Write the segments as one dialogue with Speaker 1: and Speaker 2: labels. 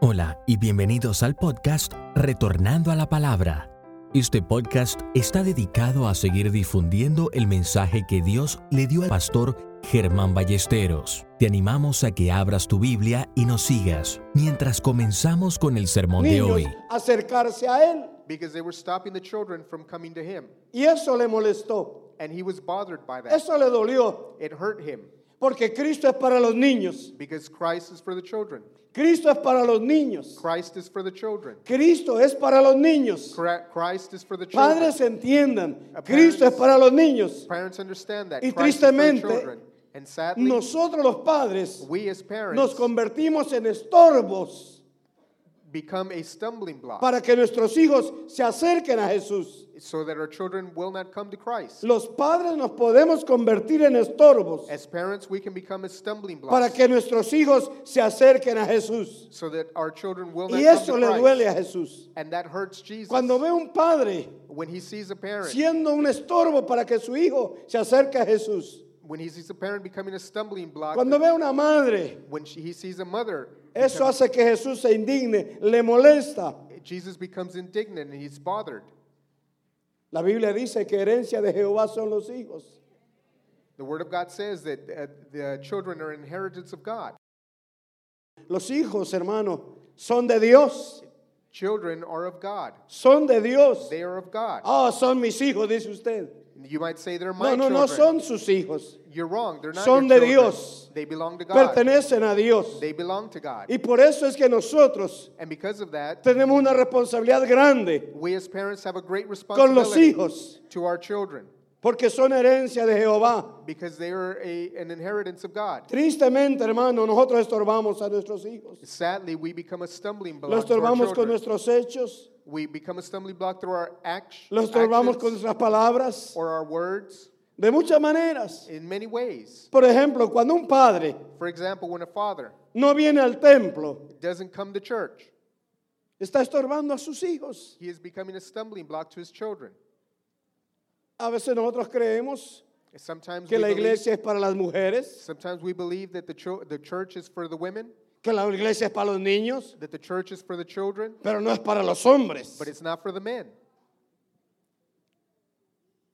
Speaker 1: Hola y bienvenidos al podcast Retornando a la Palabra. Este podcast está dedicado a seguir difundiendo el mensaje que Dios le dio al pastor Germán Ballesteros. Te animamos a que abras tu Biblia y nos sigas mientras comenzamos con el sermón de
Speaker 2: niños
Speaker 1: hoy.
Speaker 2: acercarse a él
Speaker 3: because they were stopping the children from coming to him.
Speaker 2: y eso le molestó,
Speaker 3: And he was bothered by that.
Speaker 2: eso le dolió,
Speaker 3: It hurt him
Speaker 2: porque Cristo es para los niños,
Speaker 3: because Christ is for the children.
Speaker 2: Cristo es para los niños,
Speaker 3: Christ is for the children.
Speaker 2: Cristo es para los niños.
Speaker 3: Cra- Christ is for the children.
Speaker 2: Padres entiendan, Cristo es para los niños.
Speaker 3: Parents understand that.
Speaker 2: Y
Speaker 3: Christ is for the
Speaker 2: tristemente,
Speaker 3: children. And sadly,
Speaker 2: Nosotros los padres
Speaker 3: we as parents
Speaker 2: nos convertimos en estorbos
Speaker 3: become a stumbling block
Speaker 2: para que nuestros hijos se acerquen a Jesús.
Speaker 3: so that our children will not come to Christ.
Speaker 2: Los padres nos podemos convertir en estorbos
Speaker 3: As parents, we can become a stumbling block
Speaker 2: para que nuestros hijos se acerquen a Jesús.
Speaker 3: so that our children will not
Speaker 2: Y eso
Speaker 3: come
Speaker 2: le
Speaker 3: to Christ.
Speaker 2: duele a Jesús.
Speaker 3: And that hurts Jesus.
Speaker 2: Cuando ve un padre
Speaker 3: when he sees a parent,
Speaker 2: siendo un estorbo para que su hijo se acerque a Jesús,
Speaker 3: when he sees a parent becoming a stumbling block,
Speaker 2: cuando ve una madre,
Speaker 3: when she, he sees a mother,
Speaker 2: eso hace que Jesús se indigne, le molesta.
Speaker 3: Jesus becomes indignant and he's bothered.
Speaker 2: La Biblia dice que herencia de Jehová son los hijos.
Speaker 3: The Word of God says that uh, the children are inheritance of God.
Speaker 2: Los hijos, hermano, son de Dios,
Speaker 3: Children are of God.
Speaker 2: son de Dios.
Speaker 3: They are of God.
Speaker 2: Ah, son mis hijos, dice usted.
Speaker 3: You might say they're my
Speaker 2: No, no,
Speaker 3: children.
Speaker 2: no son sus hijos,
Speaker 3: You're wrong. They're not
Speaker 2: Son
Speaker 3: your
Speaker 2: de
Speaker 3: children.
Speaker 2: Dios.
Speaker 3: They belong to God.
Speaker 2: pertenecen a Dios.
Speaker 3: They belong to God.
Speaker 2: Y por eso es que nosotros
Speaker 3: And because of that,
Speaker 2: tenemos una responsabilidad grande
Speaker 3: we as parents have a great
Speaker 2: con los
Speaker 3: responsibility
Speaker 2: hijos,
Speaker 3: to our children
Speaker 2: porque son herencia de Jehová.
Speaker 3: because they are a, an inheritance of God.
Speaker 2: Tristemente, hermano, nosotros estorbamos a nuestros hijos.
Speaker 3: Sadly, we become a stumbling
Speaker 2: Lo
Speaker 3: block to our
Speaker 2: estorbamos con
Speaker 3: children.
Speaker 2: nuestros hechos,
Speaker 3: we become a stumbling block through our act-
Speaker 2: lo estorbamos con
Speaker 3: actions
Speaker 2: nuestras palabras,
Speaker 3: or our words.
Speaker 2: de muchas maneras.
Speaker 3: in many ways.
Speaker 2: Por ejemplo, cuando un padre
Speaker 3: For example, when a father
Speaker 2: no viene al templo,
Speaker 3: doesn't come to church,
Speaker 2: está estorbando a sus hijos.
Speaker 3: he is becoming a stumbling block to his children.
Speaker 2: A veces nosotros creemos
Speaker 3: Sometimes,
Speaker 2: que
Speaker 3: we
Speaker 2: la
Speaker 3: believe,
Speaker 2: iglesia es para las mujeres,
Speaker 3: sometimes we believe that the, cho- the church is for the women,
Speaker 2: que la iglesia es para los niños,
Speaker 3: that the church is for the children,
Speaker 2: pero no es para los hombres.
Speaker 3: but it's not for the men.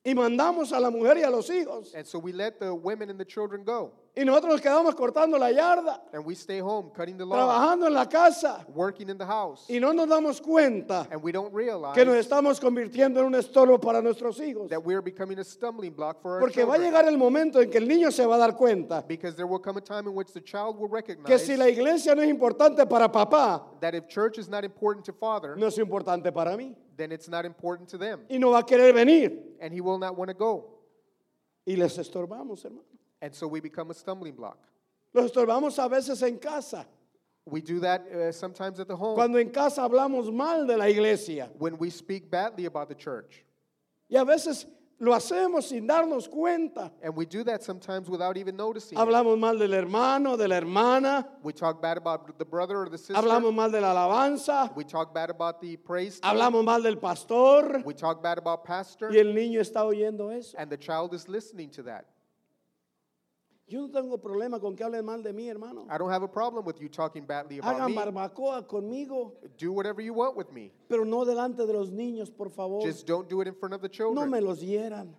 Speaker 2: Y mandamos a la mujer y a los hijos.
Speaker 3: And so we let the women and the children go,
Speaker 2: Y nosotros nos quedamos cortando la yarda,
Speaker 3: and we stay home cutting the lawn,
Speaker 2: trabajando en la casa,
Speaker 3: working in the house,
Speaker 2: y no nos damos cuenta
Speaker 3: and we don't realize
Speaker 2: que nos estamos convirtiendo en un estorbo para nuestros hijos.
Speaker 3: that we are becoming a stumbling block for our
Speaker 2: Porque va a
Speaker 3: children.
Speaker 2: llegar el momento en que el niño se va a dar cuenta
Speaker 3: because there will come a time in which the child will
Speaker 2: que
Speaker 3: recognize
Speaker 2: si la iglesia no es importante para papá,
Speaker 3: that if church is not important to father,
Speaker 2: no es importante para mí.
Speaker 3: then it's not important to them.
Speaker 2: Y no va a querer venir.
Speaker 3: and he will not want to go.
Speaker 2: Y les estorbamos, hermano.
Speaker 3: And so we become a stumbling block.
Speaker 2: Los estorbamos a veces en casa.
Speaker 3: We do that uh, sometimes at the home
Speaker 2: Cuando en casa hablamos mal de la iglesia.
Speaker 3: when we speak badly about the church.
Speaker 2: Y a veces lo hacemos sin darnos cuenta.
Speaker 3: And we do that sometimes without even noticing. it.
Speaker 2: Hablamos mal del hermano, de la hermana.
Speaker 3: We talk bad about the brother or the sister.
Speaker 2: Hablamos mal de la alabanza.
Speaker 3: We talk bad about the praise. team.
Speaker 2: Hablamos mal del pastor.
Speaker 3: We talk bad about pastor.
Speaker 2: Y el niño está oyendo eso.
Speaker 3: And the child is listening to that.
Speaker 2: Yo no tengo problema con que hablen mal de mí, hermano.
Speaker 3: I don't have a problem with you talking badly about
Speaker 2: Hagan
Speaker 3: me.
Speaker 2: barbacoa conmigo,
Speaker 3: Do whatever you want with me.
Speaker 2: pero no delante de los niños, por favor.
Speaker 3: Just don't do it in front of the
Speaker 2: Oh. No
Speaker 3: children.
Speaker 2: me los hieran.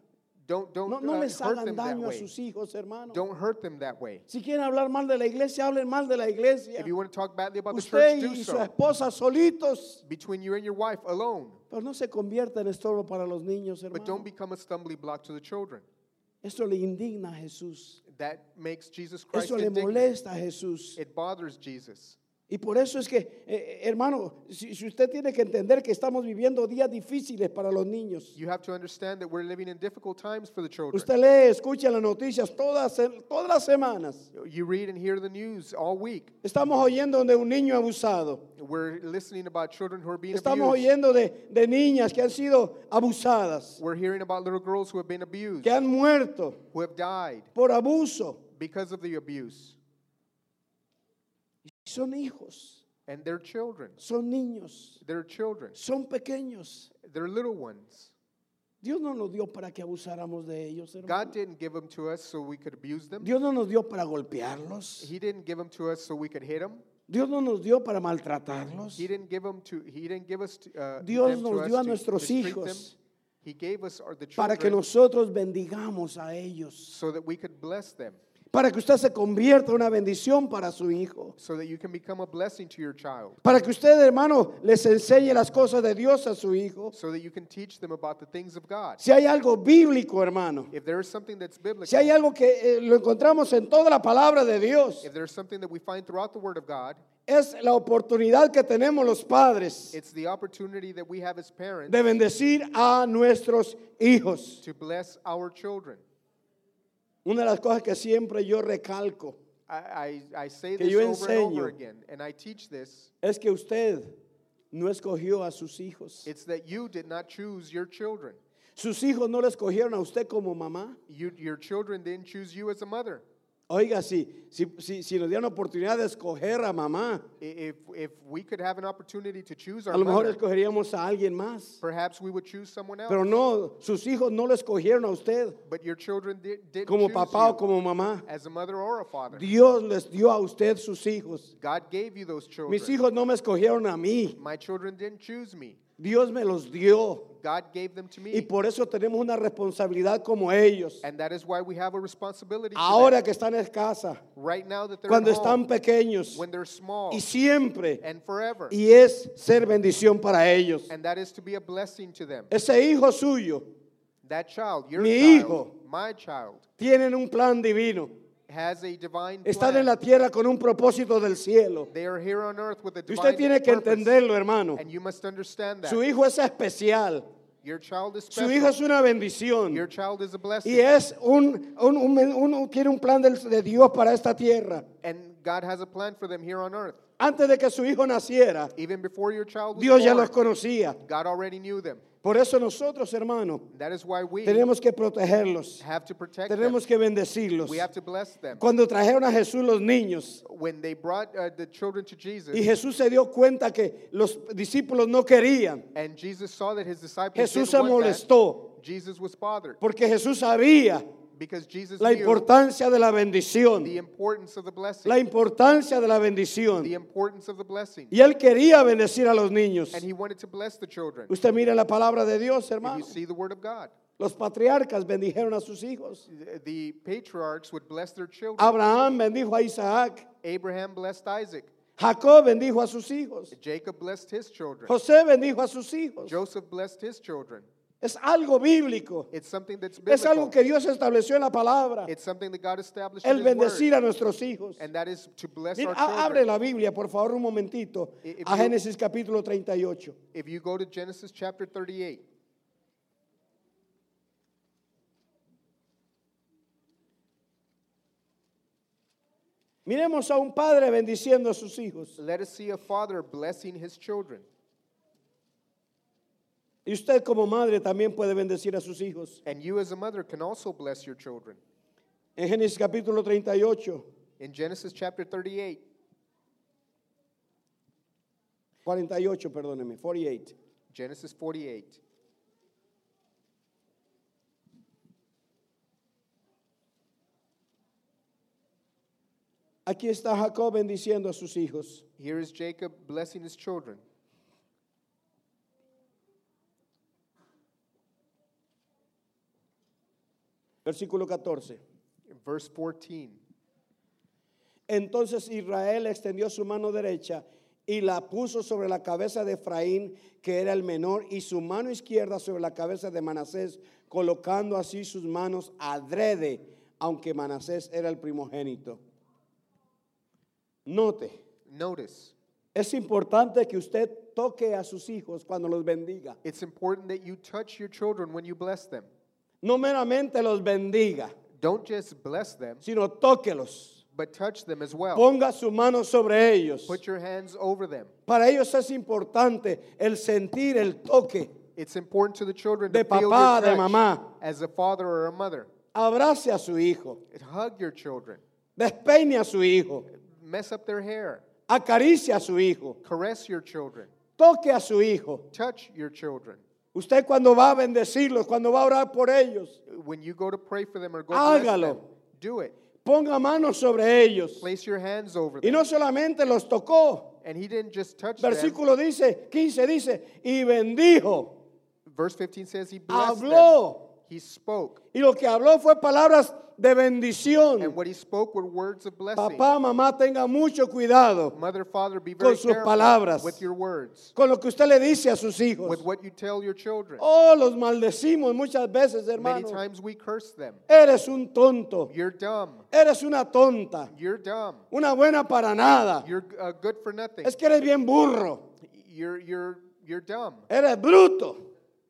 Speaker 3: Don't don't
Speaker 2: No, no
Speaker 3: uh,
Speaker 2: les
Speaker 3: hurt
Speaker 2: hagan
Speaker 3: them that
Speaker 2: daño a
Speaker 3: way.
Speaker 2: sus hijos, hermano.
Speaker 3: Don't hurt them that way.
Speaker 2: Si quieren hablar mal de la iglesia, hablen mal de la iglesia.
Speaker 3: If you want to talk badly about the
Speaker 2: Usted
Speaker 3: church, do
Speaker 2: y su
Speaker 3: so.
Speaker 2: esposa solitos.
Speaker 3: between you and your wife alone.
Speaker 2: Pero no se convierta en estorbo para los niños,
Speaker 3: But don't
Speaker 2: hermano.
Speaker 3: become a stumbling block to the children.
Speaker 2: Eso le indigna a Jesús.
Speaker 3: That makes Jesus Christ
Speaker 2: Eso le
Speaker 3: indignant.
Speaker 2: molesta a Jesús.
Speaker 3: It bothers Jesus.
Speaker 2: Y por eso es que, eh, hermano, si, si usted tiene que entender que estamos viviendo días difíciles para los niños.
Speaker 3: You have to understand that we're living in difficult times for the children.
Speaker 2: Usted lee, escucha las noticias todas, eh, todas las semanas.
Speaker 3: You read and hear the news all week.
Speaker 2: Estamos oyendo de un niño abusado.
Speaker 3: We're listening about children who are being
Speaker 2: Estamos
Speaker 3: abused.
Speaker 2: oyendo de, de niñas que han sido abusadas,
Speaker 3: We're hearing about little girls who have been abused,
Speaker 2: que han muerto
Speaker 3: who have died
Speaker 2: por abuso.
Speaker 3: because of the abuse.
Speaker 2: Son hijos,
Speaker 3: And they're children.
Speaker 2: son niños,
Speaker 3: They're children.
Speaker 2: son pequeños.
Speaker 3: They're little ones.
Speaker 2: Dios no nos dio para que abusáramos de ellos. hermano.
Speaker 3: God didn't give them to us so we could abuse them.
Speaker 2: Dios no nos dio para golpearlos.
Speaker 3: He didn't give them to us so we could hit them.
Speaker 2: Dios no nos dio para maltratarlos.
Speaker 3: He didn't give them to. He didn't give us. To, uh,
Speaker 2: Dios
Speaker 3: them to
Speaker 2: nos
Speaker 3: us
Speaker 2: dio a
Speaker 3: to-
Speaker 2: nuestros
Speaker 3: to treat them.
Speaker 2: hijos
Speaker 3: He gave us our, the
Speaker 2: Para que
Speaker 3: children
Speaker 2: nosotros bendigamos a ellos.
Speaker 3: so that we could bless them,
Speaker 2: Para que usted se convierta en una bendición para su hijo.
Speaker 3: so that you can become a blessing to your child,
Speaker 2: Para que usted, hermano, les enseñe las cosas de Dios a su hijo.
Speaker 3: so that you can teach them about the things of God.
Speaker 2: Si hay algo bíblico, hermano.
Speaker 3: If there is something that's biblical,
Speaker 2: Si hay algo que eh, lo encontramos en toda la palabra de Dios.
Speaker 3: if there's something that we find throughout the Word of God,
Speaker 2: Es la oportunidad que tenemos los padres
Speaker 3: it's the opportunity that we have as parents
Speaker 2: de bendecir a nuestros hijos.
Speaker 3: to bless our children.
Speaker 2: Una de las cosas que siempre yo recalco
Speaker 3: I, I, I say
Speaker 2: Que
Speaker 3: this
Speaker 2: yo
Speaker 3: over and over
Speaker 2: enseño.
Speaker 3: again, and I teach this.
Speaker 2: es que usted no escogió a sus hijos.
Speaker 3: It's that you did not choose your children.
Speaker 2: Sus hijos no le escogieron a usted como mamá.
Speaker 3: You, your children didn't choose you as a mother.
Speaker 2: Oiga, si, si, si, si nos dieran oportunidad de escoger a mamá,
Speaker 3: I- If, if we could have an opportunity to choose our
Speaker 2: a lo mejor
Speaker 3: mother,
Speaker 2: escogeríamos a alguien más.
Speaker 3: perhaps we would choose someone else.
Speaker 2: Pero no, sus hijos no le escogieron a usted
Speaker 3: But your children did, didn't
Speaker 2: como
Speaker 3: choose
Speaker 2: papá o
Speaker 3: you
Speaker 2: como mamá.
Speaker 3: as a mother or a father.
Speaker 2: Dios les dio a usted sus hijos.
Speaker 3: God gave you those children.
Speaker 2: Mis hijos no me escogieron a mí.
Speaker 3: My children didn't choose me.
Speaker 2: Dios me los dio.
Speaker 3: God gave them to me.
Speaker 2: Y por eso tenemos una responsabilidad como ellos.
Speaker 3: and that is why we have a responsibility to them.
Speaker 2: Ahora que están en casa,
Speaker 3: right now that they're
Speaker 2: cuando
Speaker 3: at home,
Speaker 2: están pequeños
Speaker 3: when they're small
Speaker 2: y siempre.
Speaker 3: and forever.
Speaker 2: Y es ser bendición para ellos.
Speaker 3: and that is to be a blessing to them.
Speaker 2: Ese hijo suyo
Speaker 3: That child, your
Speaker 2: Mi
Speaker 3: child,
Speaker 2: hijo.
Speaker 3: my child,
Speaker 2: tienen un plan divino.
Speaker 3: has a divine
Speaker 2: Están
Speaker 3: plan.
Speaker 2: en la tierra con un propósito del cielo.
Speaker 3: They are here on earth with a
Speaker 2: Y
Speaker 3: divine
Speaker 2: usted tiene que
Speaker 3: purpose.
Speaker 2: entenderlo, hermano.
Speaker 3: And you must understand that.
Speaker 2: Su hijo es especial.
Speaker 3: Your child is
Speaker 2: Su
Speaker 3: special.
Speaker 2: hijo es una bendición.
Speaker 3: Your child is a blessing.
Speaker 2: Y es un, un- un- un- tiene un plan del- de Dios para esta tierra.
Speaker 3: And God has a plan for them here on earth.
Speaker 2: Antes de que su hijo naciera,
Speaker 3: Even before your child was
Speaker 2: Dios ya
Speaker 3: born,
Speaker 2: los conocía.
Speaker 3: God already knew them.
Speaker 2: Por eso nosotros, hermanos,
Speaker 3: That is why we
Speaker 2: tenemos que protegerlos.
Speaker 3: have to protect
Speaker 2: Tenemos
Speaker 3: them.
Speaker 2: que bendecirlos.
Speaker 3: We have to bless them.
Speaker 2: Cuando trajeron a Jesús los niños
Speaker 3: When they brought uh, the children to Jesus,
Speaker 2: y Jesús se dio cuenta que los discípulos no querían,
Speaker 3: and Jesus saw that his disciples
Speaker 2: Jesús se
Speaker 3: didn't want
Speaker 2: molestó
Speaker 3: that, Jesus was bothered
Speaker 2: porque Jesús sabía
Speaker 3: because Jesus
Speaker 2: la
Speaker 3: knew
Speaker 2: importancia de la bendición,
Speaker 3: the importance of the blessing.
Speaker 2: la importancia de la
Speaker 3: the
Speaker 2: bendición.
Speaker 3: importance of the blessing.
Speaker 2: Y él quería bendecir a los niños.
Speaker 3: And he wanted to bless the children.
Speaker 2: Usted mira la palabra de Dios,
Speaker 3: If you
Speaker 2: hermano.
Speaker 3: see the word of God,
Speaker 2: Los patriarcas bendijeron a sus hijos.
Speaker 3: the- the patriarchs would bless their children.
Speaker 2: Abraham bendijo a Isaac.
Speaker 3: Abraham blessed Isaac.
Speaker 2: Jacob bendijo a sus hijos.
Speaker 3: Jacob blessed his children.
Speaker 2: José bendijo a sus hijos.
Speaker 3: Joseph blessed his children.
Speaker 2: Es algo bíblico.
Speaker 3: It's something that's
Speaker 2: Es algo
Speaker 3: biblical.
Speaker 2: que Dios estableció en la palabra.
Speaker 3: It's something that God established
Speaker 2: El
Speaker 3: in his
Speaker 2: bendecir
Speaker 3: word.
Speaker 2: a nuestros hijos.
Speaker 3: And that is to bless
Speaker 2: Mira,
Speaker 3: our
Speaker 2: a- abre
Speaker 3: children.
Speaker 2: la Biblia, por favor, un momentito.
Speaker 3: If
Speaker 2: A
Speaker 3: you-
Speaker 2: Génesis capítulo 38.
Speaker 3: If you go to Genesis chapter 38,
Speaker 2: Miremos a un padre bendiciendo a sus hijos.
Speaker 3: let us see a father blessing his children.
Speaker 2: Y usted como madre también puede bendecir a sus hijos.
Speaker 3: And you as a mother can also bless your children.
Speaker 2: En Génesis capítulo 38,
Speaker 3: In Genesis chapter 38,
Speaker 2: 48, perdóneme, 48.
Speaker 3: Genesis 48.
Speaker 2: Aquí está Jacob bendiciendo a sus hijos.
Speaker 3: Here is Jacob blessing his children.
Speaker 2: Versículo 14.
Speaker 3: Verse 14.
Speaker 2: Entonces Israel extendió su mano derecha y la puso sobre la cabeza de Efraín, que era el menor, y su mano izquierda sobre la cabeza de Manasés, colocando así sus manos adrede, aunque Manasés era el primogénito. Note,
Speaker 3: Notice,
Speaker 2: es importante que usted toque a sus hijos cuando los bendiga.
Speaker 3: it's important that you touch your children when you bless them.
Speaker 2: No meramente los bendiga,
Speaker 3: Don't just bless them,
Speaker 2: sino tóquelos.
Speaker 3: but touch them as well.
Speaker 2: Ponga su mano sobre ellos.
Speaker 3: Put your hands over them.
Speaker 2: Para ellos es importante el sentir el toque.
Speaker 3: It's important to the children
Speaker 2: De
Speaker 3: to feel
Speaker 2: papá,
Speaker 3: your
Speaker 2: de
Speaker 3: touch
Speaker 2: mamá.
Speaker 3: as a father or a mother.
Speaker 2: Abrace a su hijo.
Speaker 3: Hug your children.
Speaker 2: Despeine a su hijo.
Speaker 3: Mess up their hair.
Speaker 2: Acaricie a su hijo.
Speaker 3: Caress your children.
Speaker 2: Toque a su hijo.
Speaker 3: Touch your children.
Speaker 2: Usted cuando va a bendecirlos, cuando va a orar por ellos,
Speaker 3: When you go to pray for them or go bless
Speaker 2: Hágalo.
Speaker 3: them, do it.
Speaker 2: ponga manos sobre ellos.
Speaker 3: Place your hands over
Speaker 2: Y
Speaker 3: them.
Speaker 2: no solamente los tocó,
Speaker 3: And he didn't just touch them.
Speaker 2: versículo dice, 15 dice, y bendijo.
Speaker 3: Verse 15 says he blessed them.
Speaker 2: Habló.
Speaker 3: He spoke.
Speaker 2: Y lo que habló fue palabras de bendición.
Speaker 3: And what he spoke were words of blessing.
Speaker 2: Papá, mamá, tenga mucho cuidado
Speaker 3: Mother, father, be
Speaker 2: Con
Speaker 3: very
Speaker 2: sus
Speaker 3: careful
Speaker 2: palabras.
Speaker 3: with your words,
Speaker 2: con lo que usted le dice a sus hijos.
Speaker 3: with what you tell your children.
Speaker 2: Oh, los maldecimos muchas veces,
Speaker 3: Many
Speaker 2: hermano.
Speaker 3: times we curse them.
Speaker 2: Eres un tonto.
Speaker 3: You're dumb.
Speaker 2: Eres una tonta.
Speaker 3: You're dumb.
Speaker 2: Una buena para nada.
Speaker 3: You're uh, good for nothing.
Speaker 2: Es que eres bien burro.
Speaker 3: You're you're you're dumb.
Speaker 2: Eres bruto.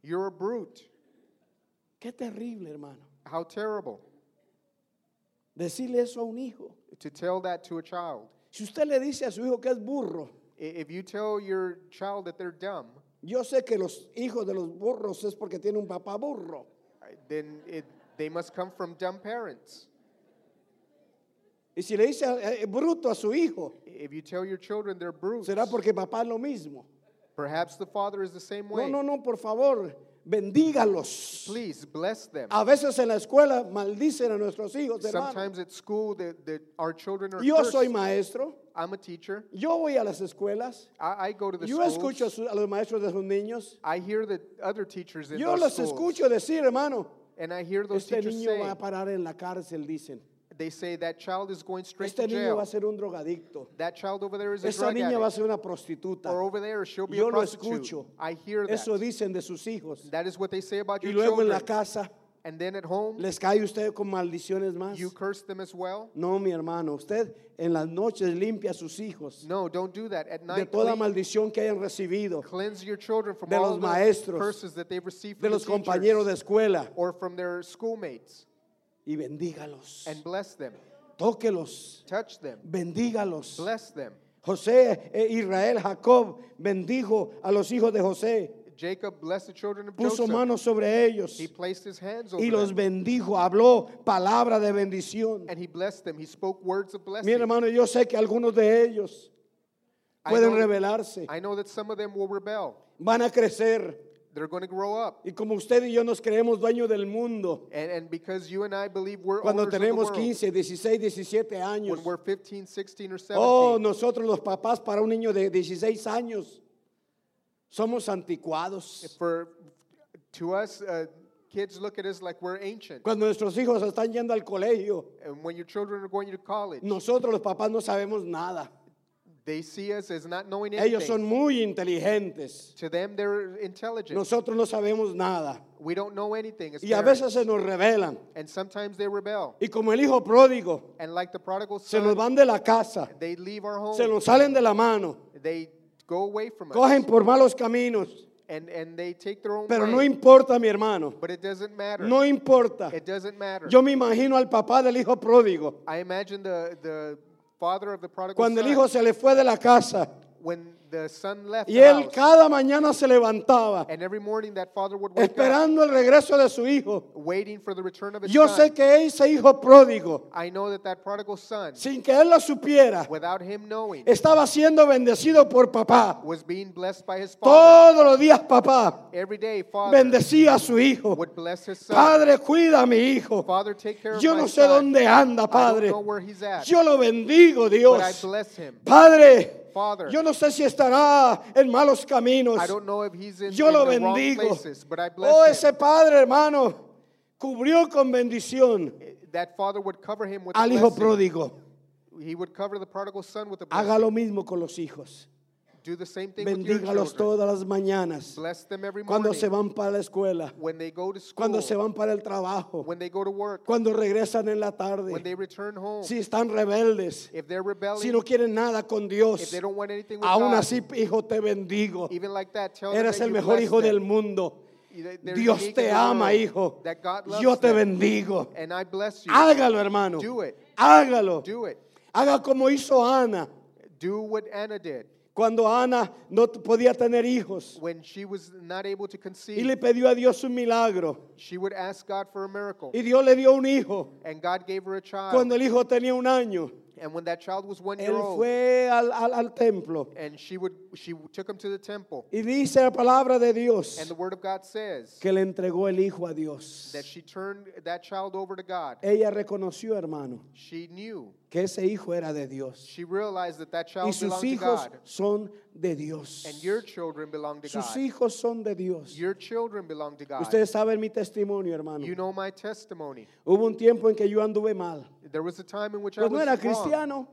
Speaker 3: You're a brute.
Speaker 2: Qué terrible, hermano.
Speaker 3: How terrible
Speaker 2: Decirle eso a un hijo.
Speaker 3: to tell that to a child.
Speaker 2: Si usted le dice a su hijo que es burro,
Speaker 3: I- If you tell your child that they're dumb,
Speaker 2: yo sé que los hijos de los burros es porque tiene un papá burro.
Speaker 3: I- then it, they must come from dumb parents.
Speaker 2: Y si le dice eh, bruto a su hijo,
Speaker 3: I- If you tell your children they're brutes,
Speaker 2: será porque papá es lo mismo.
Speaker 3: perhaps the father is the same
Speaker 2: No,
Speaker 3: way.
Speaker 2: no, no, por favor, bendígalos.
Speaker 3: Please bless them.
Speaker 2: A veces en la escuela maldicen a nuestros hijos, hermano.
Speaker 3: Sometimes at school, the, the, our children are
Speaker 2: Yo
Speaker 3: cursed.
Speaker 2: soy maestro,
Speaker 3: I'm a teacher.
Speaker 2: yo voy a las escuelas,
Speaker 3: I, I go to the
Speaker 2: yo
Speaker 3: schools.
Speaker 2: escucho a, su- a los maestros de sus niños,
Speaker 3: I hear the other teachers in
Speaker 2: yo
Speaker 3: those
Speaker 2: los
Speaker 3: schools,
Speaker 2: escucho decir, hermano,
Speaker 3: and I hear those
Speaker 2: Este
Speaker 3: teachers
Speaker 2: niño
Speaker 3: say,
Speaker 2: va a parar en la cárcel, dicen.
Speaker 3: they say that child is going straight
Speaker 2: Este
Speaker 3: to
Speaker 2: niño
Speaker 3: jail.
Speaker 2: va a ser un drogadicto.
Speaker 3: that child over there is a
Speaker 2: Esta
Speaker 3: drug
Speaker 2: niña
Speaker 3: addict.
Speaker 2: va a ser una prostituta.
Speaker 3: or over there, she'll be
Speaker 2: Yo
Speaker 3: a
Speaker 2: lo
Speaker 3: prostitute.
Speaker 2: escucho.
Speaker 3: I hear that.
Speaker 2: Eso dicen de sus hijos.
Speaker 3: that is what they say about
Speaker 2: Y
Speaker 3: your
Speaker 2: luego en
Speaker 3: children.
Speaker 2: la casa
Speaker 3: and then at home,
Speaker 2: les cae usted con maldiciones más.
Speaker 3: you curse them as well.
Speaker 2: No, mi hermano, usted en las noches limpia a sus hijos
Speaker 3: No, don't do that. At night,
Speaker 2: de toda
Speaker 3: clean-
Speaker 2: maldición que hayan recibido,
Speaker 3: cleanse your children from
Speaker 2: de
Speaker 3: all
Speaker 2: los
Speaker 3: the
Speaker 2: maestros,
Speaker 3: curses that they've received
Speaker 2: de
Speaker 3: from the
Speaker 2: los compañeros de
Speaker 3: teachers
Speaker 2: escuela
Speaker 3: or from their schoolmates,
Speaker 2: y bendígalos.
Speaker 3: and bless them,
Speaker 2: Tóquelos,
Speaker 3: touch them,
Speaker 2: bendígalos.
Speaker 3: bless them.
Speaker 2: José, eh, Israel, Jacob bendijo a los hijos de José.
Speaker 3: Jacob blessed the children of
Speaker 2: puso
Speaker 3: Joseph.
Speaker 2: manos sobre ellos
Speaker 3: He placed his hands over
Speaker 2: y los
Speaker 3: them,
Speaker 2: bendijo, habló palabra de bendición.
Speaker 3: and he blessed them. He spoke words of
Speaker 2: Mi
Speaker 3: blessing.
Speaker 2: hermano, yo sé que algunos de ellos
Speaker 3: I
Speaker 2: pueden
Speaker 3: know-
Speaker 2: rebelarse,
Speaker 3: I know that some of them will rebel.
Speaker 2: van a crecer
Speaker 3: They're going to grow up.
Speaker 2: y como usted y yo nos creemos dueños del mundo,
Speaker 3: And, and because you and I believe we're
Speaker 2: cuando
Speaker 3: owners of the
Speaker 2: tenemos
Speaker 3: world,
Speaker 2: 15, 16, 17 años,
Speaker 3: when we're 15, 16, or 17,
Speaker 2: oh, nosotros los papás para un niño de 16 años somos anticuados.
Speaker 3: for to us, uh, kids look at us like we're ancient.
Speaker 2: Cuando nuestros hijos están yendo al colegio,
Speaker 3: And when your children are going to college,
Speaker 2: nosotros los papás no sabemos nada.
Speaker 3: they see us as not knowing anything.
Speaker 2: Ellos son muy inteligentes.
Speaker 3: to them, they're intelligent.
Speaker 2: Nosotros no sabemos nada.
Speaker 3: we don't know anything. as
Speaker 2: Y a
Speaker 3: parents.
Speaker 2: veces se nos revelan.
Speaker 3: and sometimes they rebel.
Speaker 2: Y como el hijo pródigo,
Speaker 3: And like the prodigal
Speaker 2: se nos
Speaker 3: son,
Speaker 2: van de la casa,
Speaker 3: they leave our home.
Speaker 2: se nos salen de la mano,
Speaker 3: they go away from
Speaker 2: cogen
Speaker 3: us.
Speaker 2: por malos caminos.
Speaker 3: And, and they take their own
Speaker 2: Pero no
Speaker 3: way.
Speaker 2: importa, mi hermano,
Speaker 3: but it doesn't matter.
Speaker 2: no importa.
Speaker 3: it doesn't matter.
Speaker 2: Yo me imagino al papá del hijo pródigo.
Speaker 3: I imagine the, the father of the prodigal
Speaker 2: Cuando el
Speaker 3: son,
Speaker 2: hijo se le fue de la casa
Speaker 3: when the son left
Speaker 2: y
Speaker 3: the
Speaker 2: él
Speaker 3: house,
Speaker 2: cada mañana se levantaba
Speaker 3: and every morning that father would wake up,
Speaker 2: esperando el regreso de su hijo.
Speaker 3: waiting for the return of his
Speaker 2: Yo
Speaker 3: son.
Speaker 2: sé que ese hijo pródigo,
Speaker 3: I know that that prodigal son,
Speaker 2: sin que él lo supiera,
Speaker 3: without him knowing,
Speaker 2: estaba siendo bendecido por papá.
Speaker 3: was being blessed by his father.
Speaker 2: Todos los días, papá,
Speaker 3: Every day, father
Speaker 2: bendecía a su hijo.
Speaker 3: would bless his son.
Speaker 2: Padre, cuida a mi hijo.
Speaker 3: father, take care
Speaker 2: Yo
Speaker 3: of my
Speaker 2: no sé
Speaker 3: son.
Speaker 2: dónde anda,
Speaker 3: I
Speaker 2: Padre.
Speaker 3: don't know where he's at,
Speaker 2: Yo lo bendigo,
Speaker 3: but I
Speaker 2: Dios.
Speaker 3: bless him.
Speaker 2: Padre,
Speaker 3: Father,
Speaker 2: yo no sé si estará en malos caminos.
Speaker 3: I don't know if he's in,
Speaker 2: Yo
Speaker 3: in
Speaker 2: lo
Speaker 3: the wrong
Speaker 2: bendigo.
Speaker 3: places, but I bless
Speaker 2: Oh,
Speaker 3: him.
Speaker 2: ese Padre, hermano, cubrió con bendición
Speaker 3: that father would cover him with a
Speaker 2: al hijo
Speaker 3: blessing.
Speaker 2: pródigo.
Speaker 3: He would cover the prodigal son with a blessing.
Speaker 2: Haga lo mismo con los hijos.
Speaker 3: Do the same thing with your
Speaker 2: Bendígalos
Speaker 3: children.
Speaker 2: todas las mañanas.
Speaker 3: Bless them every
Speaker 2: Cuando
Speaker 3: morning.
Speaker 2: se van para la escuela,
Speaker 3: when they go to school.
Speaker 2: cuando se van para el trabajo,
Speaker 3: when they go to work.
Speaker 2: cuando regresan en la tarde.
Speaker 3: when they return home.
Speaker 2: si están rebeldes,
Speaker 3: if they're rebelling.
Speaker 2: si no quieren nada con Dios,
Speaker 3: if they don't want anything with
Speaker 2: aún
Speaker 3: God.
Speaker 2: así, hijo, te bendigo.
Speaker 3: even like that, tell them
Speaker 2: Eres
Speaker 3: that
Speaker 2: el
Speaker 3: you
Speaker 2: mejor
Speaker 3: bless
Speaker 2: hijo
Speaker 3: them.
Speaker 2: del mundo.
Speaker 3: They- they're
Speaker 2: Dios
Speaker 3: unique
Speaker 2: te
Speaker 3: in the
Speaker 2: ama,
Speaker 3: world.
Speaker 2: hijo.
Speaker 3: That God loves
Speaker 2: Yo te
Speaker 3: them.
Speaker 2: bendigo.
Speaker 3: And I bless you.
Speaker 2: Hágalo, hermano.
Speaker 3: Do it.
Speaker 2: Hágalo.
Speaker 3: Do it.
Speaker 2: Haga como hizo Ana
Speaker 3: Do what Anna did
Speaker 2: cuando Ana no t- podía tener hijos
Speaker 3: when she was not able to
Speaker 2: y
Speaker 3: conceive.
Speaker 2: le pidió a Dios un milagro.
Speaker 3: she would ask God for a miracle.
Speaker 2: Y Dios le dio un hijo
Speaker 3: and God gave her a child
Speaker 2: cuando el hijo tenía un año.
Speaker 3: And when that child was one year
Speaker 2: Él
Speaker 3: old,
Speaker 2: fue al, al- al templo
Speaker 3: and she would she took him to the temple,
Speaker 2: y dice la palabra de
Speaker 3: and
Speaker 2: Dios
Speaker 3: the word of God says
Speaker 2: que le entregó el hijo a Dios.
Speaker 3: that she turned that child over to God.
Speaker 2: Ella reconoció, hermano,
Speaker 3: She knew.
Speaker 2: que ese hijo era de Dios.
Speaker 3: She realized that that
Speaker 2: Y
Speaker 3: child
Speaker 2: sus
Speaker 3: belonged to
Speaker 2: hijos
Speaker 3: God,
Speaker 2: son de Dios.
Speaker 3: and your children belong to
Speaker 2: Sus
Speaker 3: God.
Speaker 2: hijos son de Dios.
Speaker 3: Your children belong to God.
Speaker 2: Ustedes saben mi testimonio, hermano.
Speaker 3: You know my testimony.
Speaker 2: Hubo un tiempo en que yo anduve mal.
Speaker 3: There was a time in which I
Speaker 2: Yo Pues no
Speaker 3: was
Speaker 2: era
Speaker 3: wrong.
Speaker 2: cristiano.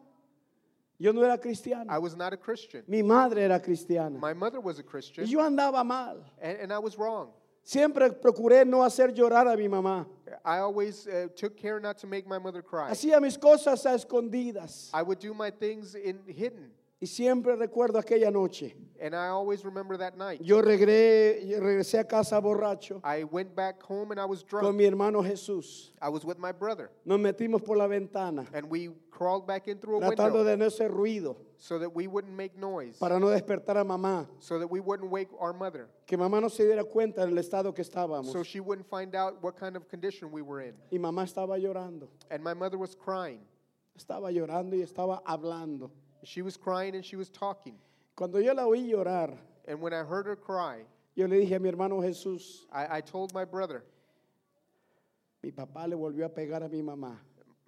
Speaker 2: Yo no era
Speaker 3: I
Speaker 2: cristiano.
Speaker 3: was not a Christian.
Speaker 2: Mi madre era cristiana.
Speaker 3: My mother was a
Speaker 2: Y
Speaker 3: Christian,
Speaker 2: yo andaba mal.
Speaker 3: and, and I was wrong.
Speaker 2: Siempre procuré no hacer llorar a mi mamá.
Speaker 3: I always uh, took care not to make my mother cry.
Speaker 2: Hacía mis cosas a escondidas.
Speaker 3: I would do my things in hidden,
Speaker 2: Y siempre recuerdo aquella noche.
Speaker 3: and I always remember that night.
Speaker 2: Yo regre- yo regresé a casa borracho
Speaker 3: I went back home and I was
Speaker 2: con
Speaker 3: drunk.
Speaker 2: mi hermano Jesús.
Speaker 3: I was with my brother,
Speaker 2: Nos metimos por la ventana
Speaker 3: and we crawled back in through a
Speaker 2: tratando
Speaker 3: window
Speaker 2: de no hacer ruido
Speaker 3: so that we wouldn't make noise,
Speaker 2: para no despertar a mamá.
Speaker 3: so that we wouldn't wake our mother,
Speaker 2: Que mamá no se diera cuenta del estado que
Speaker 3: so
Speaker 2: estábamos.
Speaker 3: she wouldn't find out what kind of condition we were in.
Speaker 2: Y mamá estaba llorando.
Speaker 3: And my mother was crying.
Speaker 2: Estaba llorando y estaba hablando.
Speaker 3: She was crying and she was talking.
Speaker 2: Cuando yo la oí llorar,
Speaker 3: And when I heard her cry,
Speaker 2: yo le dije a mi hermano Jesús,
Speaker 3: I, I told my brother,
Speaker 2: mi papá le volvió a pegar a mi mamá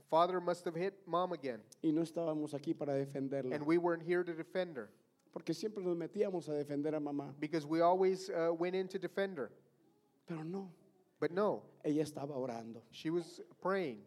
Speaker 3: Father must have hit mom again.
Speaker 2: y no estábamos aquí para defenderla.
Speaker 3: And we weren't here to defend her
Speaker 2: Porque siempre nos metíamos a defender a mamá.
Speaker 3: because we always uh, went in to defend her.
Speaker 2: Pero no,
Speaker 3: But no,
Speaker 2: ella estaba orando.
Speaker 3: she was praying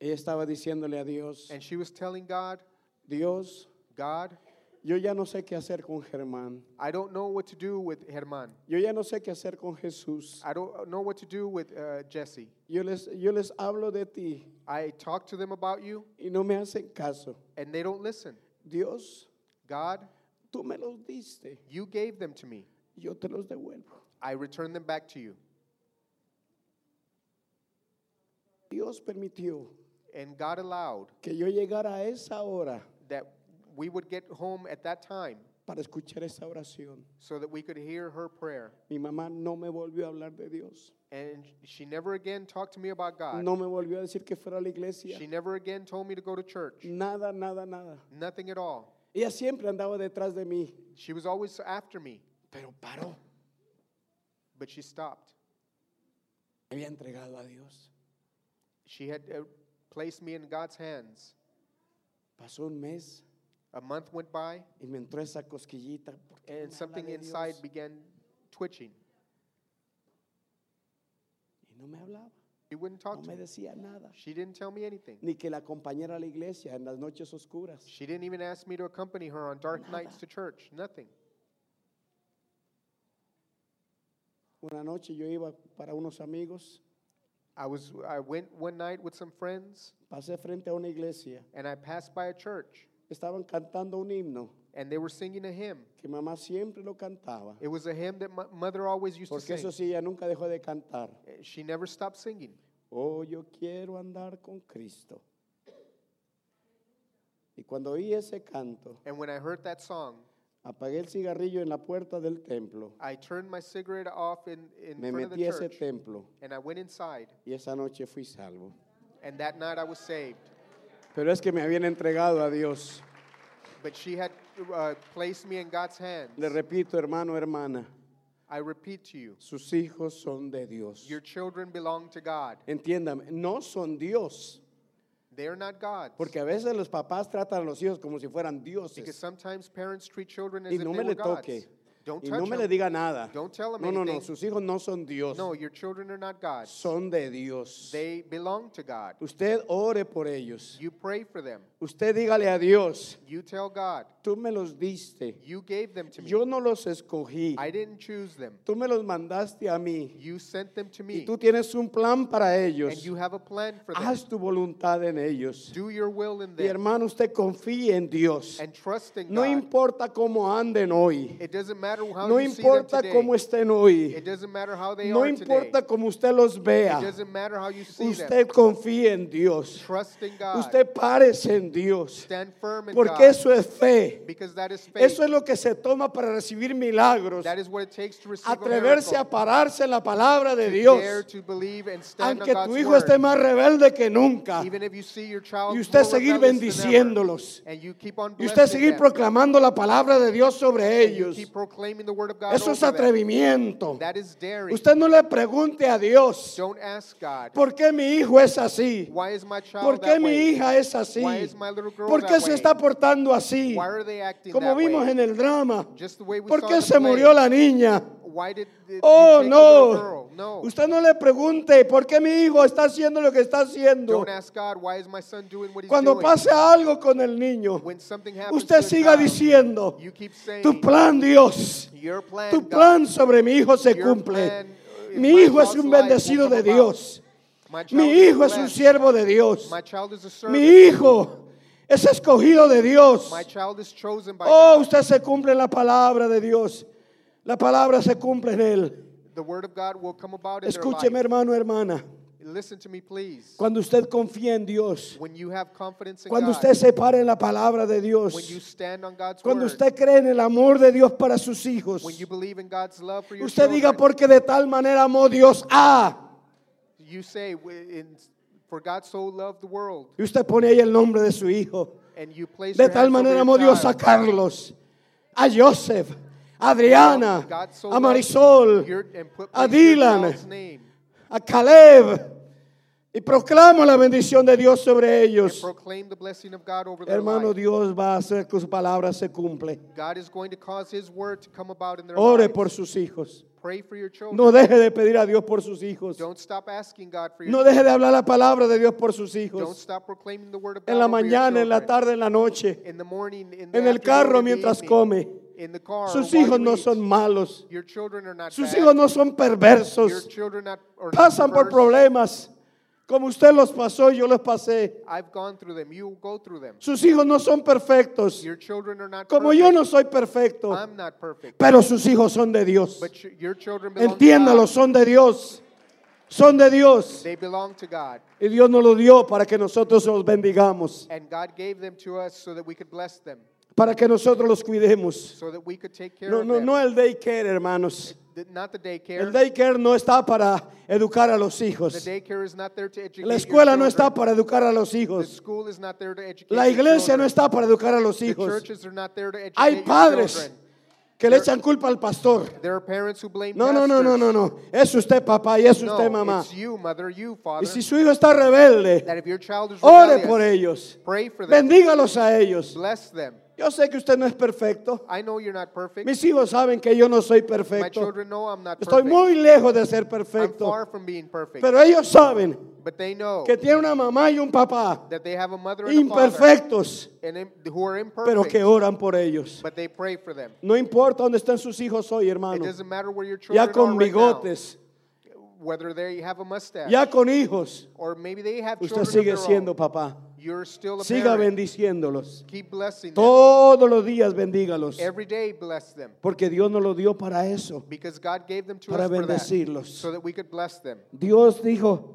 Speaker 2: Ella estaba diciéndole a Dios,
Speaker 3: and she was telling God,
Speaker 2: Dios,
Speaker 3: God,
Speaker 2: yo ya no sé qué hacer con Germán.
Speaker 3: I don't know what to do with Herman.
Speaker 2: Yo ya no sé qué hacer con Jesús.
Speaker 3: I don't know what to do with uh, Jesse.
Speaker 2: Yo les, yo les hablo de ti
Speaker 3: I talk to them about you
Speaker 2: y no me hacen caso.
Speaker 3: and they don't listen.
Speaker 2: Dios,
Speaker 3: God,
Speaker 2: tú me los diste,
Speaker 3: you gave them to me.
Speaker 2: yo te los devuelvo.
Speaker 3: I return them back to you.
Speaker 2: Dios permitió
Speaker 3: And God allowed
Speaker 2: que yo llegara a esa hora
Speaker 3: that we would get home at that time
Speaker 2: para escuchar esa oración.
Speaker 3: so that we could hear her prayer.
Speaker 2: Mi mamá no me volvió a hablar de Dios.
Speaker 3: And she never again talked to me about God.
Speaker 2: No me volvió a decir que fuera a la iglesia.
Speaker 3: She never again told me to go to church.
Speaker 2: Nada, nada, nada.
Speaker 3: Nothing at all.
Speaker 2: Ella siempre andaba detrás de mí,
Speaker 3: She was always after me,
Speaker 2: pero paró.
Speaker 3: but she stopped.
Speaker 2: Me había entregado a Dios.
Speaker 3: She had uh, placed me in God's hands.
Speaker 2: Pasó un mes
Speaker 3: A month went by,
Speaker 2: y me entró esa cosquillita. ¿Por qué no me
Speaker 3: and
Speaker 2: habla
Speaker 3: something
Speaker 2: de
Speaker 3: inside
Speaker 2: Dios?
Speaker 3: began twitching.
Speaker 2: Y no me hablaba,
Speaker 3: She wouldn't
Speaker 2: no
Speaker 3: talk to
Speaker 2: me
Speaker 3: me.
Speaker 2: decía nada.
Speaker 3: She didn't tell me anything.
Speaker 2: Ni que la acompañara a la iglesia en las noches oscuras.
Speaker 3: She didn't even ask me to accompany her on dark nights to church. Nothing.
Speaker 2: Una noche yo iba para unos amigos,
Speaker 3: I was I went one night with some friends
Speaker 2: pasé frente a una iglesia.
Speaker 3: and I passed by a church
Speaker 2: Estaban cantando un himno
Speaker 3: and they were singing a hymn.
Speaker 2: que mamá siempre lo cantaba.
Speaker 3: It was a hymn that my mother always used to
Speaker 2: Porque eso
Speaker 3: sing. Eh,
Speaker 2: sí, ella nunca dejó de cantar.
Speaker 3: She never stopped singing.
Speaker 2: Oh, yo quiero andar con Cristo. Y cuando oí ese canto,
Speaker 3: And when I heard that song,
Speaker 2: apagué el cigarrillo en la puerta del templo,
Speaker 3: I turned my cigarette off in, in
Speaker 2: me
Speaker 3: front of
Speaker 2: metí
Speaker 3: the
Speaker 2: a ese
Speaker 3: church
Speaker 2: templo
Speaker 3: and I went inside.
Speaker 2: y esa noche fui salvo.
Speaker 3: And that night I was saved.
Speaker 2: Pero es que me habían entregado a Dios.
Speaker 3: But she had uh, placed me in God's hands.
Speaker 2: Le repito, hermano, hermana,
Speaker 3: I repeat to you,
Speaker 2: sus hijos son de Dios.
Speaker 3: your children belong to God.
Speaker 2: Entiéndame, no son Dios.
Speaker 3: They are not God's.
Speaker 2: Porque a veces los papás tratan a los hijos como si fueran
Speaker 3: Because
Speaker 2: dioses.
Speaker 3: sometimes parents treat children as
Speaker 2: Y
Speaker 3: if
Speaker 2: no me
Speaker 3: they were
Speaker 2: le
Speaker 3: God's.
Speaker 2: toque.
Speaker 3: Don't
Speaker 2: Y
Speaker 3: touch
Speaker 2: no me le
Speaker 3: them.
Speaker 2: diga nada.
Speaker 3: Don't tell them
Speaker 2: No, no, no,
Speaker 3: anything.
Speaker 2: sus hijos no son Dios.
Speaker 3: No, your children are not God's.
Speaker 2: son de Dios.
Speaker 3: they belong to God.
Speaker 2: Usted ore por ellos.
Speaker 3: You pray for them.
Speaker 2: Usted dígale a Dios,
Speaker 3: You tell God,
Speaker 2: tú me los diste.
Speaker 3: you gave them to me.
Speaker 2: Yo no los escogí.
Speaker 3: I didn't choose them.
Speaker 2: Tú me los mandaste a mí.
Speaker 3: You sent them to
Speaker 2: Y
Speaker 3: me.
Speaker 2: tú Ah, tienes un plan para
Speaker 3: And
Speaker 2: ellos.
Speaker 3: you have a plan for them.
Speaker 2: Haz tu voluntad en ellos.
Speaker 3: Do your will in
Speaker 2: Mi
Speaker 3: them.
Speaker 2: hermano, usted confíe en Dios.
Speaker 3: And trust in
Speaker 2: No
Speaker 3: God.
Speaker 2: importa cómo anden hoy.
Speaker 3: It doesn't matter matter how
Speaker 2: No
Speaker 3: you see them
Speaker 2: importa
Speaker 3: today.
Speaker 2: cómo estén hoy.
Speaker 3: It doesn't matter how they
Speaker 2: No
Speaker 3: are today.
Speaker 2: importa cómo usted los
Speaker 3: It
Speaker 2: vea.
Speaker 3: doesn't matter how you see them.
Speaker 2: Usted confíe en Dios.
Speaker 3: Trust in God.
Speaker 2: Usted párese en Dios.
Speaker 3: Stand firm in God.
Speaker 2: Porque eso es fe.
Speaker 3: because that is faith.
Speaker 2: Eso es lo que se toma para recibir milagros.
Speaker 3: that is what it takes to receive
Speaker 2: Atreverse
Speaker 3: a
Speaker 2: a
Speaker 3: miracle.
Speaker 2: pararse en la palabra de
Speaker 3: Dare
Speaker 2: Dios.
Speaker 3: to believe and stand
Speaker 2: Aunque
Speaker 3: on
Speaker 2: tu
Speaker 3: God's
Speaker 2: hijo
Speaker 3: word.
Speaker 2: esté más rebelde que nunca.
Speaker 3: Even if you see your child
Speaker 2: Y usted
Speaker 3: more
Speaker 2: seguir
Speaker 3: rebellious than ever,
Speaker 2: bendiciéndolos.
Speaker 3: And you keep on
Speaker 2: Y usted
Speaker 3: blessing
Speaker 2: seguir
Speaker 3: them.
Speaker 2: proclamando la palabra de Dios sobre
Speaker 3: And you
Speaker 2: ellos.
Speaker 3: keep proclaiming the word of God
Speaker 2: Eso es
Speaker 3: over them.
Speaker 2: atrevimiento.
Speaker 3: That is daring.
Speaker 2: Usted no le pregunte a Dios,
Speaker 3: Don't ask God.
Speaker 2: ¿por qué mi hijo es así?
Speaker 3: Why is my child
Speaker 2: ¿Por qué
Speaker 3: that
Speaker 2: mi
Speaker 3: way?
Speaker 2: hija es así?
Speaker 3: Why is my little girl
Speaker 2: ¿Por qué
Speaker 3: that
Speaker 2: se
Speaker 3: way?
Speaker 2: está portando así?
Speaker 3: Why are they acting
Speaker 2: Como
Speaker 3: that
Speaker 2: vimos
Speaker 3: way?
Speaker 2: en el drama.
Speaker 3: Just the way we
Speaker 2: ¿Por
Speaker 3: saw
Speaker 2: qué
Speaker 3: in the
Speaker 2: se
Speaker 3: play.
Speaker 2: murió la niña?
Speaker 3: Why did the, you
Speaker 2: Oh,
Speaker 3: take the little
Speaker 2: no.
Speaker 3: girl? No.
Speaker 2: Usted no le pregunte, ¿por qué mi hijo está haciendo lo que está haciendo?
Speaker 3: Don't ask God, why is my son doing what he's
Speaker 2: Cuando
Speaker 3: doing?
Speaker 2: pase algo con el niño,
Speaker 3: when something happens
Speaker 2: usted
Speaker 3: to a
Speaker 2: siga
Speaker 3: child,
Speaker 2: diciendo,
Speaker 3: you keep saying,
Speaker 2: tu plan, Dios,
Speaker 3: your plan,
Speaker 2: tu
Speaker 3: God,
Speaker 2: plan sobre mi hijo se
Speaker 3: Your
Speaker 2: cumple.
Speaker 3: plan in
Speaker 2: Mi
Speaker 3: my
Speaker 2: hijo es
Speaker 3: child's
Speaker 2: un
Speaker 3: life will
Speaker 2: bendecido
Speaker 3: come
Speaker 2: de
Speaker 3: about.
Speaker 2: Dios.
Speaker 3: my child
Speaker 2: Mi
Speaker 3: is
Speaker 2: hijo es un
Speaker 3: blessed.
Speaker 2: siervo de Dios.
Speaker 3: My child is a servant.
Speaker 2: Mi hijo es escogido de Dios.
Speaker 3: My child is chosen by
Speaker 2: Oh,
Speaker 3: God.
Speaker 2: usted se cumple en la palabra de Dios. La palabra se cumple en él.
Speaker 3: The word of God will come about in
Speaker 2: Escúcheme,
Speaker 3: their life.
Speaker 2: hermano, hermana.
Speaker 3: Listen to me, please.
Speaker 2: Cuando usted confía en Dios,
Speaker 3: When you have confidence in
Speaker 2: cuando
Speaker 3: God,
Speaker 2: usted se para en la palabra de
Speaker 3: when you
Speaker 2: Dios,
Speaker 3: stand on God's
Speaker 2: cuando
Speaker 3: word,
Speaker 2: usted cree en el amor de Dios para sus hijos,
Speaker 3: when you believe in God's love for your
Speaker 2: usted diga,
Speaker 3: children,
Speaker 2: porque de tal manera amó Dios a.
Speaker 3: you say, "W- in, for God so loved the world,
Speaker 2: Y usted pone ahí el nombre de su hijo.
Speaker 3: and you place
Speaker 2: De
Speaker 3: your
Speaker 2: tal
Speaker 3: hands over
Speaker 2: manera
Speaker 3: your
Speaker 2: amó Dios a
Speaker 3: child.
Speaker 2: Carlos, a Joseph, a Adriana,
Speaker 3: God so
Speaker 2: a
Speaker 3: loved
Speaker 2: Marisol,
Speaker 3: your- and put-
Speaker 2: a
Speaker 3: place your
Speaker 2: Dylan.
Speaker 3: child's name.
Speaker 2: a Caleb. Y proclamo la bendición de Dios sobre ellos.
Speaker 3: Proclaim the blessing of God over their
Speaker 2: Hermano,
Speaker 3: life.
Speaker 2: Dios va a hacer que su palabra se cumple.
Speaker 3: God is going to cause His word to come about in their
Speaker 2: Ore
Speaker 3: lives.
Speaker 2: por sus hijos.
Speaker 3: Pray for your children.
Speaker 2: No deje de pedir a Dios por sus hijos.
Speaker 3: Don't stop asking God for your
Speaker 2: No deje de hablar la palabra de Dios por sus
Speaker 3: Don't
Speaker 2: hijos.
Speaker 3: stop proclaiming the word of God
Speaker 2: En la
Speaker 3: over your
Speaker 2: mañana, en la
Speaker 3: children.
Speaker 2: tarde, en la noche.
Speaker 3: In the morning, in the
Speaker 2: En el
Speaker 3: afternoon,
Speaker 2: carro
Speaker 3: in the
Speaker 2: mientras
Speaker 3: evening,
Speaker 2: come.
Speaker 3: In the car,
Speaker 2: Sus
Speaker 3: while you
Speaker 2: hijos no
Speaker 3: eat.
Speaker 2: son malos.
Speaker 3: Your children are not
Speaker 2: Sus
Speaker 3: bad.
Speaker 2: hijos no son
Speaker 3: Your
Speaker 2: perversos.
Speaker 3: children not, are not
Speaker 2: Pasan por
Speaker 3: perverse.
Speaker 2: problemas. Como usted los pasó, yo los pasé.
Speaker 3: I've gone through them. You go through them.
Speaker 2: Sus hijos no son perfectos.
Speaker 3: Your children are not
Speaker 2: Como
Speaker 3: perfect.
Speaker 2: yo no soy perfecto.
Speaker 3: I'm not perfect.
Speaker 2: Pero sus hijos son de Dios.
Speaker 3: but your- your children belong
Speaker 2: Entiéndalo,
Speaker 3: to God.
Speaker 2: son de Dios. Son de Dios.
Speaker 3: They belong to God.
Speaker 2: Y Dios nos lo dio para que nosotros los bendigamos.
Speaker 3: And God gave them to us so that we could bless them,
Speaker 2: Para que nosotros los cuidemos.
Speaker 3: so that we could take care
Speaker 2: No,
Speaker 3: of
Speaker 2: no,
Speaker 3: them.
Speaker 2: no el daycare, hermanos.
Speaker 3: The- not the daycare.
Speaker 2: El daycare no está para educar a los
Speaker 3: the
Speaker 2: hijos.
Speaker 3: daycare is not there to educate
Speaker 2: La
Speaker 3: your
Speaker 2: escuela no
Speaker 3: children.
Speaker 2: está para educar a los
Speaker 3: The
Speaker 2: hijos.
Speaker 3: school is not there to educate
Speaker 2: La
Speaker 3: your
Speaker 2: iglesia no
Speaker 3: children.
Speaker 2: está para educar a los
Speaker 3: The
Speaker 2: hijos.
Speaker 3: churches are not there to educate
Speaker 2: Hay
Speaker 3: your
Speaker 2: padres
Speaker 3: children.
Speaker 2: que le echan culpa al pastor.
Speaker 3: There are parents who blame
Speaker 2: No, no, no, no, no, no. Es usted papá y es
Speaker 3: pastors.
Speaker 2: usted
Speaker 3: No,
Speaker 2: mamá.
Speaker 3: it's you, mother, you, father.
Speaker 2: Y si su hijo está rebelde,
Speaker 3: that if your child is
Speaker 2: ore
Speaker 3: rebellious,
Speaker 2: por ellos.
Speaker 3: pray for them.
Speaker 2: Bendígalos a ellos.
Speaker 3: Bless them.
Speaker 2: Yo sé que usted no es perfecto.
Speaker 3: I know you're not perfect.
Speaker 2: Mis hijos saben que yo no soy
Speaker 3: My
Speaker 2: perfecto.
Speaker 3: children know I'm not
Speaker 2: Estoy
Speaker 3: perfect.
Speaker 2: muy lejos de ser
Speaker 3: I'm far
Speaker 2: perfecto.
Speaker 3: from being perfect.
Speaker 2: Pero ellos saben
Speaker 3: but they know
Speaker 2: que tiene una mamá y un papá
Speaker 3: that they have a mother and a father
Speaker 2: imperfectos,
Speaker 3: and im- who are imperfect,
Speaker 2: pero que oran por ellos.
Speaker 3: but they pray for them.
Speaker 2: No importa dónde estén sus hijos hoy,
Speaker 3: It
Speaker 2: hermano.
Speaker 3: doesn't matter where your children
Speaker 2: Ya con
Speaker 3: are right
Speaker 2: bigotes,
Speaker 3: now, whether they have a mustache
Speaker 2: ya con hijos,
Speaker 3: or maybe they have
Speaker 2: usted
Speaker 3: children of
Speaker 2: sigue
Speaker 3: their
Speaker 2: siendo
Speaker 3: own.
Speaker 2: papá.
Speaker 3: You're still a
Speaker 2: Siga
Speaker 3: parent.
Speaker 2: bendiciéndolos.
Speaker 3: Keep blessing them.
Speaker 2: Todos los días bendígalos,
Speaker 3: Every day bless them.
Speaker 2: porque Dios nos lo dio para eso.
Speaker 3: Because God gave them to
Speaker 2: Para
Speaker 3: us for that,
Speaker 2: bendecirlos.
Speaker 3: so that we could bless them.
Speaker 2: Dios dijo,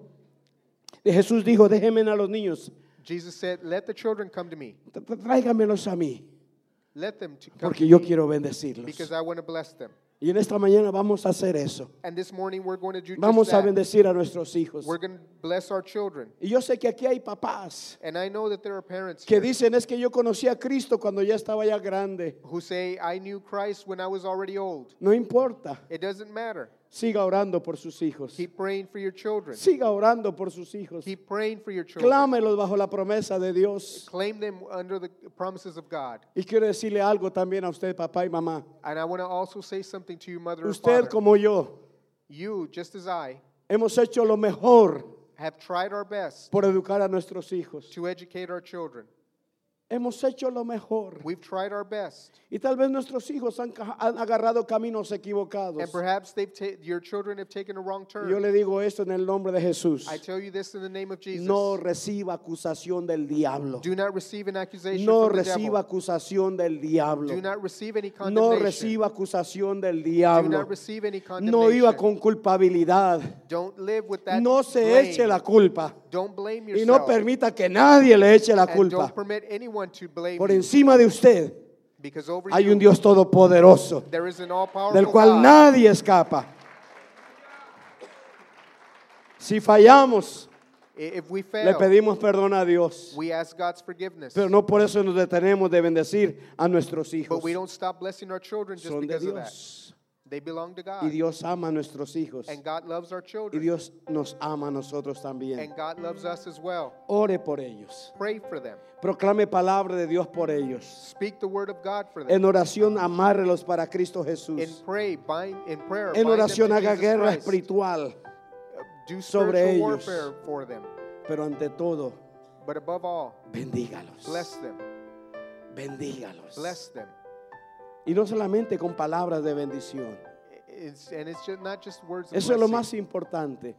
Speaker 2: Jesús dijo, déjenme a los niños,
Speaker 3: Jesus said, "Let the children come to me.
Speaker 2: tr- tr- tráigamelos a mí,
Speaker 3: Let them to come
Speaker 2: porque
Speaker 3: to
Speaker 2: yo
Speaker 3: me,
Speaker 2: quiero bendecirlos.
Speaker 3: because I want to bless them."
Speaker 2: Y en esta mañana vamos a hacer eso.
Speaker 3: And this morning we're going to do just
Speaker 2: Vamos a
Speaker 3: that.
Speaker 2: bendecir a nuestros hijos.
Speaker 3: We're going to bless our children.
Speaker 2: Y yo sé que aquí hay papás
Speaker 3: And I know that there are parents
Speaker 2: que
Speaker 3: here
Speaker 2: dicen, es que yo conocí a Cristo cuando ya estaba ya grande.
Speaker 3: who say, "I knew Christ when I was already old."
Speaker 2: No importa,
Speaker 3: It doesn't matter.
Speaker 2: siga orando por sus hijos.
Speaker 3: Keep praying for your children.
Speaker 2: Siga orando por sus hijos.
Speaker 3: Keep praying for your children.
Speaker 2: Clámelos bajo la promesa de Dios.
Speaker 3: Claim them under the promises of God.
Speaker 2: Y quiero decirle algo también a usted, papá y mamá.
Speaker 3: And I want to also say something to you, mother and
Speaker 2: Usted
Speaker 3: father.
Speaker 2: como yo
Speaker 3: you, just as I,
Speaker 2: hemos hecho lo mejor
Speaker 3: have tried our best
Speaker 2: por educar a nuestros hijos.
Speaker 3: to educate our children.
Speaker 2: Hemos hecho lo mejor.
Speaker 3: We've tried our best.
Speaker 2: Y tal vez nuestros hijos han, ca- han agarrado caminos equivocados.
Speaker 3: And perhaps they've ta- your children have taken a wrong turn.
Speaker 2: Yo le digo esto en el nombre de Jesús.
Speaker 3: I tell you this in the name of Jesus.
Speaker 2: No reciba acusación del diablo.
Speaker 3: Do not receive an accusation
Speaker 2: No
Speaker 3: from the
Speaker 2: reciba
Speaker 3: devil.
Speaker 2: acusación del diablo.
Speaker 3: Do not receive any
Speaker 2: No
Speaker 3: condemnation.
Speaker 2: reciba acusación del
Speaker 3: Do
Speaker 2: diablo.
Speaker 3: not receive any condemnation.
Speaker 2: No iba con culpabilidad.
Speaker 3: Don't live with that
Speaker 2: No se
Speaker 3: blame.
Speaker 2: eche la culpa.
Speaker 3: Don't blame
Speaker 2: Y
Speaker 3: yourself.
Speaker 2: no permita que nadie le eche la
Speaker 3: And
Speaker 2: culpa.
Speaker 3: don't permit anyone to blame
Speaker 2: Por
Speaker 3: you.
Speaker 2: encima de usted
Speaker 3: Because over
Speaker 2: hay
Speaker 3: you,
Speaker 2: un Dios todopoderoso
Speaker 3: there is an all-powerful
Speaker 2: del cual
Speaker 3: God.
Speaker 2: nadie escapa. Si fallamos,
Speaker 3: I- If we fail,
Speaker 2: le pedimos perdón a Dios.
Speaker 3: we ask God's forgiveness.
Speaker 2: Pero no por eso nos detenemos de bendecir a nuestros hijos.
Speaker 3: But we don't stop blessing our children just
Speaker 2: Son de
Speaker 3: because of that.
Speaker 2: Dios.
Speaker 3: They belong to God.
Speaker 2: Y Dios ama a nuestros hijos.
Speaker 3: And God loves our
Speaker 2: Y
Speaker 3: children.
Speaker 2: Dios nos ama a nosotros también.
Speaker 3: And God loves us as well.
Speaker 2: Ore por ellos.
Speaker 3: Pray for them.
Speaker 2: Proclame palabra de Dios por ellos.
Speaker 3: Speak the word of God for them.
Speaker 2: En oración, amárrelos para Cristo
Speaker 3: in
Speaker 2: Jesús.
Speaker 3: pray, bind, in prayer,
Speaker 2: En
Speaker 3: bind them
Speaker 2: oración,
Speaker 3: to
Speaker 2: haga
Speaker 3: Jesus
Speaker 2: guerra
Speaker 3: Christ.
Speaker 2: espiritual.
Speaker 3: Do
Speaker 2: sobre
Speaker 3: spiritual
Speaker 2: ellos.
Speaker 3: warfare for them.
Speaker 2: Pero ante todo,
Speaker 3: But above all, bless
Speaker 2: bendígalos.
Speaker 3: them.
Speaker 2: Bendígalos.
Speaker 3: Bless them.
Speaker 2: Y no solamente con palabras de bendición.
Speaker 3: It's, and it's just, not just words of
Speaker 2: Eso es lo
Speaker 3: blessing.
Speaker 2: más importante.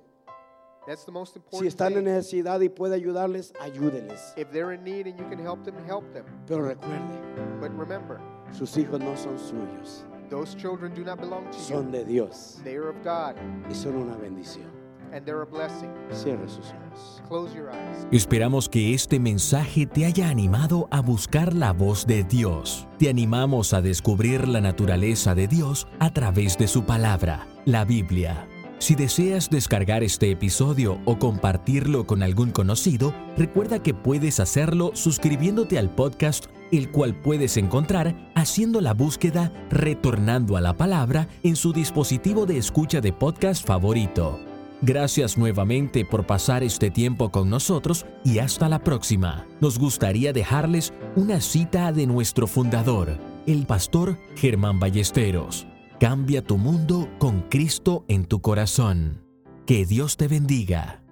Speaker 3: That's the most
Speaker 2: Si
Speaker 3: important
Speaker 2: están en
Speaker 3: thing.
Speaker 2: necesidad y puede ayudarles, ayúdenles.
Speaker 3: If they're in need and you can help them, help them.
Speaker 2: Pero recuerde,
Speaker 3: But remember,
Speaker 2: sus hijos no son suyos,
Speaker 3: those children do not belong to you.
Speaker 2: son de Dios
Speaker 3: They are of God,
Speaker 2: y son una bendición.
Speaker 3: and they're a blessing.
Speaker 2: Cierre sus ojos.
Speaker 3: Close your eyes.
Speaker 1: Esperamos que este mensaje te haya animado a buscar la voz de Dios. Te animamos a descubrir la naturaleza de Dios a través de su palabra, la Biblia. Si deseas descargar este episodio o compartirlo con algún conocido, recuerda que puedes hacerlo suscribiéndote al podcast, el cual puedes encontrar haciendo la búsqueda Retornando a la Palabra en su dispositivo de escucha de podcast favorito. Gracias nuevamente por pasar este tiempo con nosotros y hasta la próxima. Nos gustaría dejarles una cita de nuestro fundador, el pastor Germán Ballesteros. Cambia tu mundo con Cristo en tu corazón. Que Dios te bendiga.